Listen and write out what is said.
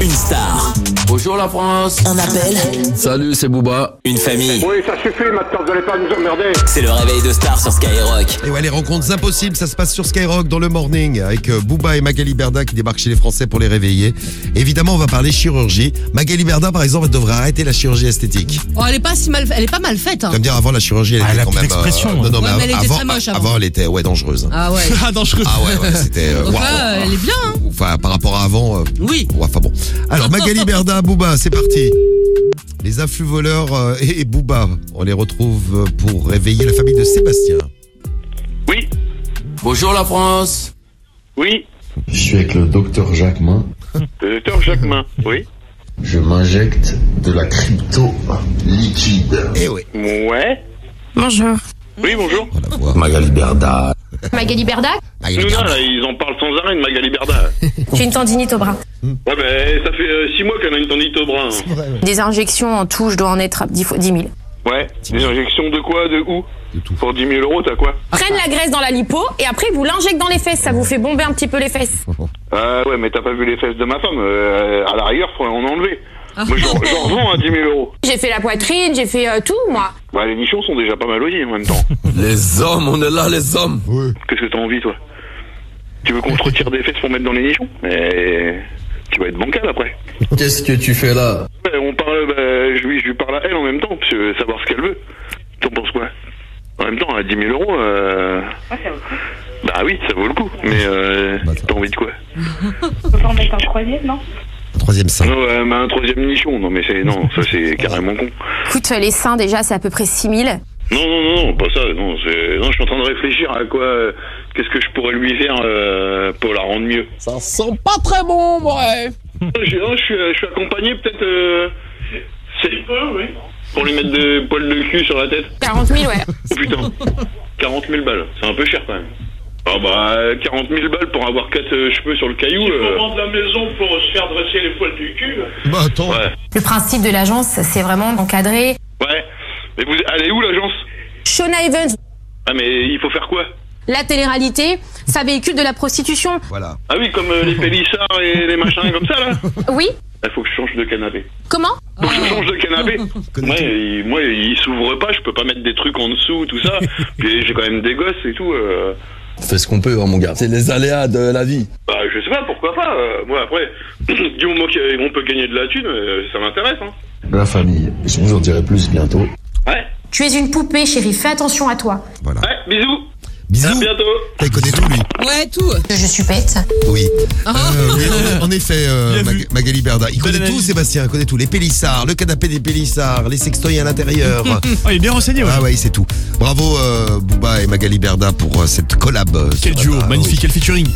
une star, Bonjour la France un appel, Salut, c'est Booba. une famille. Oui, ça suffit maintenant, vous allez pas nous emmerder. C'est le réveil de star sur Skyrock. Et ouais, les rencontres impossibles, ça se passe sur Skyrock dans le morning avec euh, Booba et Magali Berda qui débarquent chez les Français pour les réveiller. Évidemment, on va parler chirurgie. Magali Berda, par exemple, elle devrait arrêter la chirurgie esthétique. Oh, elle est pas si mal, elle est pas mal faite. hein. Tu vas me dire, avant la chirurgie, elle Ah, était elle a quand plus même. euh, d'expression, non, hein. non, Ouais, mais mais elle était avant, très moche avant. avant, elle était ouais dangereuse. hein. Ah ouais. Ah, dangereux. Ah ouais, ouais, c'était. euh, Donc waouh. là, elle est bien. hein. Enfin, par rapport à avant. euh, Oui. ouais, Enfin bon. Alors, Magali Berda, Booba, c'est parti. Les afflux voleurs euh, et et Booba, on les retrouve euh, pour réveiller la famille de Sébastien. Oui, Bonjour la France oui. Je suis avec le docteur Jacquemin. Docteur Jacquemin, oui. Je m'injecte de la crypto liquide. Eh ouais, Ouais. Bonjour. Oui, bonjour. on la voit. Magali Berda. Magali Berda, Magali Nous, Berda. là, ils en parlent sans arrêt de Magali Berda. j'ai une tendinite au bras. Ouais, ben, ça fait euh, six mois qu'on a une tendite au bras. hein. Des injections en tout, je dois en être à 10 fois 10 000. Ouais. Des injections de quoi, de où Pour 10 000 euros, t'as quoi Prennent la graisse dans la lipo et après ils vous l'injectent dans les fesses, ça vous fait bomber un petit peu les fesses. Ah ouais, mais t'as pas vu les fesses de ma femme. euh, à la rigueur, faudrait en enlever. Moi, j'en j'en revends à 10 000 euros. J'ai fait la poitrine, j'ai fait euh, tout moi. Bah, les nichons sont déjà pas mal loyés en même temps. Les hommes, on est là, les hommes. Qu'est-ce que t'as envie, toi Tu veux qu'on te retire des fesses pour mettre dans les nichons Mais tu vas être bancal après. Qu'est-ce que tu fais là Ouais, on parle, bah, je, lui, je lui parle à elle en même temps, parce que savoir ce qu'elle veut. T'en penses quoi En même temps, à 10 000 euros, euh... bah oui, ça vaut le coup. Mais euh, Bah, ça- t'as envie de quoi en mettre un troisième, non Troisième sein. Non, ouais, mais un troisième nichon. Non, mais c'est non, ça c'est carrément con. Écoute, euh, les seins déjà c'est à peu près 6 000. Non, non, non, non, pas ça. Non, c'est- non, je suis en train de réfléchir à quoi, euh, qu'est-ce que je pourrais lui faire euh, pour la rendre mieux. Ça sent pas très bon, ouais. Hmm. Je, non, je, suis, euh, je suis accompagné peut-être. euh, c'est Pour lui mettre des poils de cul sur la tête. 40 000 ouais. Oh putain, 40 000 balles, c'est un peu cher quand même. Ah bah, euh, 40 000 balles pour avoir 4 cheveux sur le caillou. euh, la maison pour se faire dresser les poils du cul. Bah attends. Ouais. Le principe de l'agence c'est vraiment d'encadrer. Ouais. Mais vous allez où l'agence Shona Evans, Ah mais il faut faire quoi la télé-réalité, ça véhicule de la prostitution. Voilà. Ah oui, comme euh, les pélissards et les machins comme ça là Oui Il faut que je change de canapé. Comment Faut que je change de canapé. Connais-tu- Moi, il, moi, il s'ouvre pas, je peux pas mettre des trucs en dessous, tout ça. Puis j'ai quand même des gosses et tout. euh. Fais ce qu'on peut, hein, mon gars. C'est les aléas de la vie. Bah, je sais pas, pourquoi pas. euh, Moi, après, du moment qu'on peut gagner de la thune, euh, ça m'intéresse. Hein. La famille. Je vous en dirai plus bientôt. Ouais, Tu es une poupée chérie, fais attention à toi. Voilà. ouais, bisous. À Bisous. bientôt. Ah, Il connaît tout lui. Ouais, tout. Je suis bête. Oui. Euh, oui, en- en effet, euh, Ah. Bien vu. Mag- Magali Berda. Il Belle connaît tout, analyse. Sébastien. Il connaît tout. Les pélissards, le canapé des pélissards, les sextoys à l'intérieur. Oh, il est bien renseigné, ouais. ah ouais, c'est tout. Bravo euh, Booba et Magali Berda pour euh, cette collab. euh, Quel sur- duo, Ah, oui. magnifique, quel featuring.